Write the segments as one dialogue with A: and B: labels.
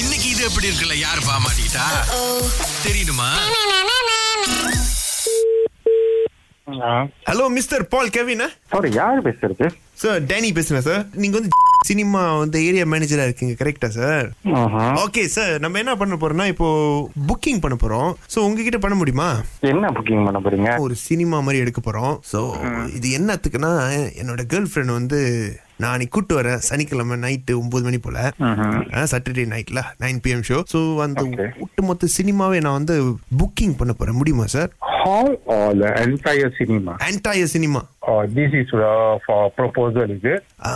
A: இன்னைக்கு இது எப்படி இருக்குல்ல யார் பாமாட்டா தெரியுமா
B: hello mister Paul Kevin
C: sorry யார் பேசுறது
B: சார் டேனி ah? பேசுறேன் சார் நீங்க வந்து சினிமா வந்து ஏரியா மேனேஜரா இருக்கீங்க கரெக்டா சார்
C: ஆஹா.
B: ஓகே சார் நம்ம என்ன பண்ண போறோம்னா இப்போ புக்கிங் பண்ண போறோம் ஸோ உங்ககிட்ட பண்ண முடியுமா
C: என்ன புக்கிங் பண்ண போறீங்க
B: ஒரு சினிமா மாதிரி எடுக்க போறோம் ஸோ இது என்னத்துக்குன்னா என்னோட கேர்ள் ஃப்ரெண்ட் வந்து நான் அன்னைக்கு கூட்டு வரேன் சனிக்கிழமை நைட்டு ஒன்பது மணி போல சாட்டர்டே நைட்ல நைன் பிஎம் ஷோ ஸோ அந்த
C: Okay.
B: ஒட்டுமொத்த சினிமாவே நான் வந்து புக்கிங் பண்ண போறேன் முடியுமா sir
C: hall all entire cinema
B: entire cinema
C: this is proposal uh, இது
B: ஆ,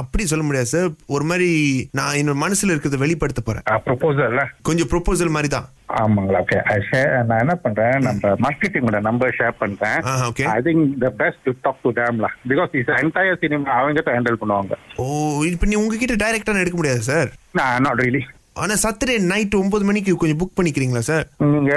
B: அப்படி சொல்ல முடியாது சார் ஒரு மாதிரி நான் என்னோட மனசுல இருக்கிறத வெளிப்படுத்த போறேன்
C: ப்ரொபோசல்ல
B: கொஞ்சம் ப்ரொபோசல் மாதிரி தான்
C: ஆமாங்களா ஓகே நான் என்ன பண்றேன் நம்ம மார்க்கெட்டிங்கோட நம்பர் ஷேர் பண்றேன்
B: ஆ, okay.
C: I think the best to talk to டேம்ல பிகாஸ் இஸ் என்டையர் சினிமா அவங்க தான் ஹேண்டில் பண்ணுவாங்க
B: ஓ இப்போ நீ உங்ககிட்ட டைரக்டா நான் எடுக்க முடியாது சார்
C: நான் நாட் really
B: ஆனா சாட்டர்டே நைட் ஒன்பது மணிக்கு கொஞ்சம் புக் பண்ணிக்கிறீங்களா சார்
C: நீங்க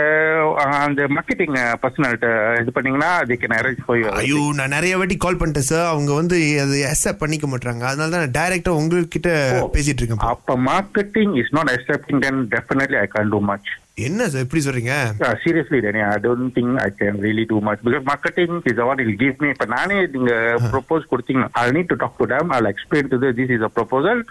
C: அஹ், அந்த மார்க்கெட்டிங் பர்சனல்கிட்ட இது பண்ணீங்கன்னா அதுக்கு நான் அரேஞ்ச் போய்
B: ஐயோ நான் நிறைய வாட்டி கால் பண்ணிட்டேன் சார் அவங்க வந்து அது அக்செப்ட் பண்ணிக்க மாட்டாங்க அதனால தான் நான் டைரக்டா உங்ககிட்ட பேசிட்டு இருக்கேன் இப்போ.
C: அப்ப marketing is not accepting then definitely I can do much
B: என்ன சார் இப்படி சொல்றீங்க
C: seriously Danny I don't think I can really do much because marketing is what I'll give me இப்ப நானே நீங்க ப்ரொபோஸ் கொடுத்தீங்க I need to talk to them I explain to this is a proposal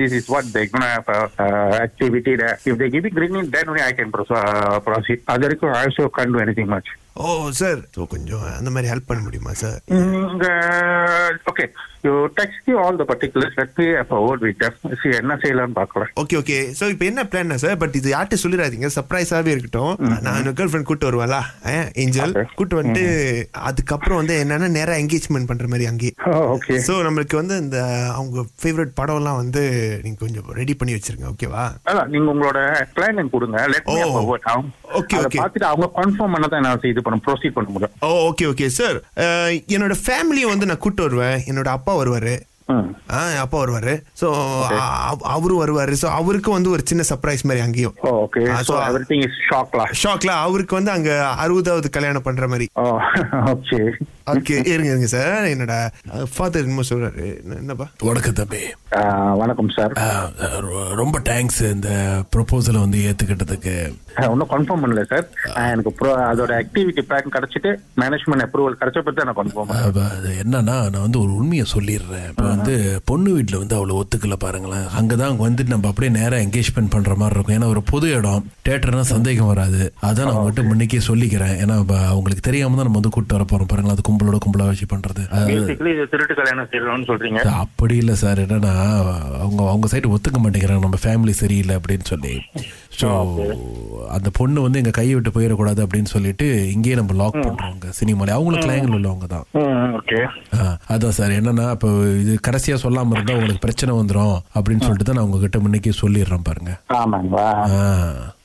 C: this is what they uh, activity if they giving green then I can uh, proceed அது வரைக்கும் ஐ also can do any much
B: ஓ sir so கொஞ்சம் அந்த மாதிரி help பண்ண முடியுமா sir
C: Mm, okay you text you all the particulars let me அப்போ ஓட் வித் என்ன செய்யலாம்னு பார்க்கலாம்
B: ஓகே ஓகே ஸோ இப்போ என்ன பிளான் சார் பட் இது யார்கிட்ட சொல்லிடாதீங்க சர்ப்ரைஸாவே இருக்கட்டும் நான் என்னோட கேர்ள் ஃப்ரெண்ட் கூட்டு வருவாளா ஏஞ்சல்
C: Okay.
B: கூட்டு வந்துட்டு அதுக்கப்புறம் வந்து என்னன்னா நேரா என்கேஜ்மெண்ட் பண்ற மாதிரி அங்கேயே
C: ஓகே
B: ஸோ நம்மளுக்கு வந்து இந்த அவங்க ஃபேவரட் படம்லாம் வந்து நீங்க கொஞ்சம் ரெடி பண்ணி வச்சிருங்க ஓகேவா
C: அதான் நீங்க உங்களோட பிளான் கொடுங்க லெட் மீ
B: ஓ.
C: அபௌட் ஆகும்
B: Okay,
C: அத
B: okay.
C: பார்த்துட்டு அவங்க கன்ஃபார்ம் பண்ண தான் நான் இது பண்ண ப்ரொசீட் பண்ண முடியும்
B: ஓ ஓகே ஓகே சார் என்னோட ஃபேமிலியை வந்து நான் கூட்டு வருவேன் என்னோட அப்பா வருவாரு
C: ம்.
B: ஆ என் அப்பா வருவாரு ஸோ அவரும் வருவாரு ஸோ அவருக்கும் வந்து ஒரு சின்ன சர்ப்ரைஸ் மாதிரி அங்கேயும்
C: ஓ, ஓகே
B: ஆ,
C: so
B: Ah, so-
C: everything is ஷாக்லா
B: ஷாக்ல அவருக்கு வந்து அங்க அறுபதாவது கல்யாணம் பண்ற மாதிரி
C: ஓ ஓகே
B: ஓகே இருங்க இருங்க சார் என்னோட ஃபாதர் என்னமோ சொல்றாரு என்ன- என்னப்பா
D: வணக்கம் தம்பி
C: வணக்கம் சார்
B: Ah.
D: ஆ, ரொ- ரொம்ப தேங்க்ஸ் இந்த ப்ரொபோசலை வந்து ஏத்துக்கிட்டதுக்கு
C: இன்னும் கன்ஃபார்ம் பண்ணல சார்
B: Ah.
C: எனக்கு pro- அதோட ஆக்டிவிட்டி பிளான் கிடைச்சிட்டு மேனேஜ்மெண்ட் அப்ரூவல் கிடைச்ச பத்தி நான் கன்ஃபார்ம்
D: ஆ, ப- அது என்னன்னா நான் வந்து ஒரு உண்மையை சொல்லிடுறேன் இப்போ வந்து பொண்ணு வீட்டில் வந்து அவ்வளோ ஒத்துக்கல பாருங்களேன் அங்கே தான் அங்கே வந்துட்டு நம்ம அப்படியே நேராக என்கேஜ்மெண்ட் பண்ணுற மாதிரி இருக்கும் ஏன்னா ஒரு பொது இடம் தேட்டர்னா சந்தேகம் வராது அதான் நான் உங்கள்கிட்ட முன்னைக்கே சொல்லிக்கிறேன் ஏன்னா ப- அவங்களுக்கு தெரியாம தான் நம்ம வந்து கூப்பிட்டு வர போகிறோம் பாருங்களேன் அது கும்பலோட கும்பலாக வச்சு பண்ணுறது
B: Hmm.
C: பேசிக்கலி இது திருட்டு கல்யாணம் செய்யணும்னு சொல்றீங்க
D: அப்படி இல்லை சார் என்னன்னா அவங்க அவங்க சைடு ஒத்துக்க மாட்டேங்கிறாங்க நம்ம ஃபேமிலி சரியில்லை அப்படின்னு சொல்லி ஸோ அந்த பொண்ணு வந்து எங்கள் கையை விட்டு போயிடக்கூடாது அப்படின்னு சொல்லிட்டு இங்கேயே நம்ம லாக் பண்ணுறவங்க சினிமாலே அவங்களும் கிளைங்கள் உள்ளவங்க தான்
C: ஓகே
D: ஆ, அதான் சார் என்னன்னா இப்போ இது கடைசியாக சொல்லாமல் இருந்தால் உங்களுக்கு பிரச்சனை வந்துடும் அப்படின்னு சொல்லிட்டு தான் நான் உங்ககிட்ட முன்னைக்கே சொல்லிடுறேன் பாருங்க
C: ஆமாங்களா
D: ஆ.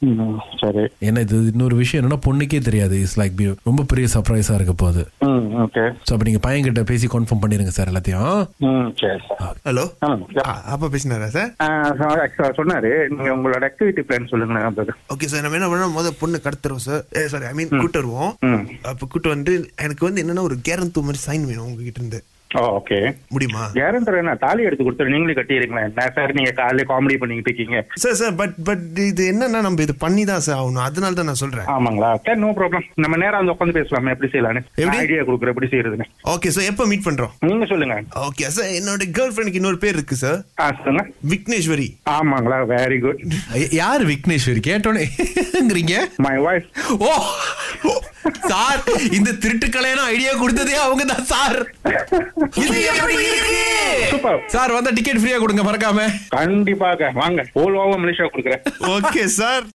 C: ம், சரி
D: ஏன்னா இது இன்னொரு விஷயம் என்னன்னா பொண்ணுக்கே தெரியாது இட்ஸ் லைக் ரொம்ப பெரிய சர்ப்ரைஸாக இருக்க போகுது
C: ம் ஓகே
D: ஸோ அப்போ நீங்கள் பையன்கிட்ட பேசி கன்ஃபார்ம் பண்ணிடுங்க சார் எல்லாத்தையும்
C: ம் சரி சார்
B: ஹலோ
C: ஆமாம்
B: அப்பா பேசினாரா சார்
C: ஆ, sir, sir சொன்னாரு நீங்க உங்களோட ஆக்டிவிட்டி பிளான் சொல்லுங்க brother.
B: ஓகே சார் நம்ம என்ன பண்ணோம் முதல் பொண்ணு கடத்துறோம் சார் ஏ சாரி ஐ மீன் கூட்டு வருவோம்
C: ம்.
B: அப்போ கூட்டு வந்து எனக்கு வந்து என்னன்னா ஒரு கேரந்தூ மாதிரி சைன் வேணும் உங்ககிட்ட இருந்து
C: ஓ ஓகே
B: முடியுமா
C: கேரண்டர் என்ன தாலி எடுத்து கொடுத்துரு நீங்களே கட்டிடுறீங்களா என்ன சார் நீங்க காலையில காமெடி பண்ணிக்கிட்டு இருக்கீங்க
B: சார் சார் பட் பட் இது என்னன்னா நம்ம இது பண்ணி தான் சார் ஆகணும் அதனால தான் நான் சொல்றேன்
C: ஆமாங்களா சரி நோ ப்ராப்ளம் நம்ம நேரா வந்து உட்காந்து பேசலாமே எப்படி செய்யலான்னு
B: எப்படி?
C: ஐடியா கொடுக்குற எப்படி செய்யறதுன்னு
B: ஓகே சார் எப்போ மீட் பண்றோம்
C: நீங்க சொல்லுங்க
B: ஓகே சார் என்னோட கேர்ள் ஃப்ரெண்டுக்கு இன்னொரு பேர் இருக்கு சார்
C: ஆ சொல்லுங்க
B: விக்னேஸ்வரி
C: ஆமாங்களா வெரி குட்
D: ஐ- யார் விக்னேஸ்வரி கேட்டோன்னேங்கிறீங்க
C: மை வாய்ஸ்
D: ஓ சார் இந்த திருட்டுக்கலையான ஐடியா கொடுத்ததே அவங்க தான் சார் இது எப்படி இருக்கு
C: சூப்பர்
D: சார் வந்தா டிக்கெட் ஃப்ரீயா கொடுங்க மறக்காம
C: கண்டிப்பாக வாங்க ஓல்வாவும் மலேசியா கொடுக்குறேன்
B: ஓகே சார்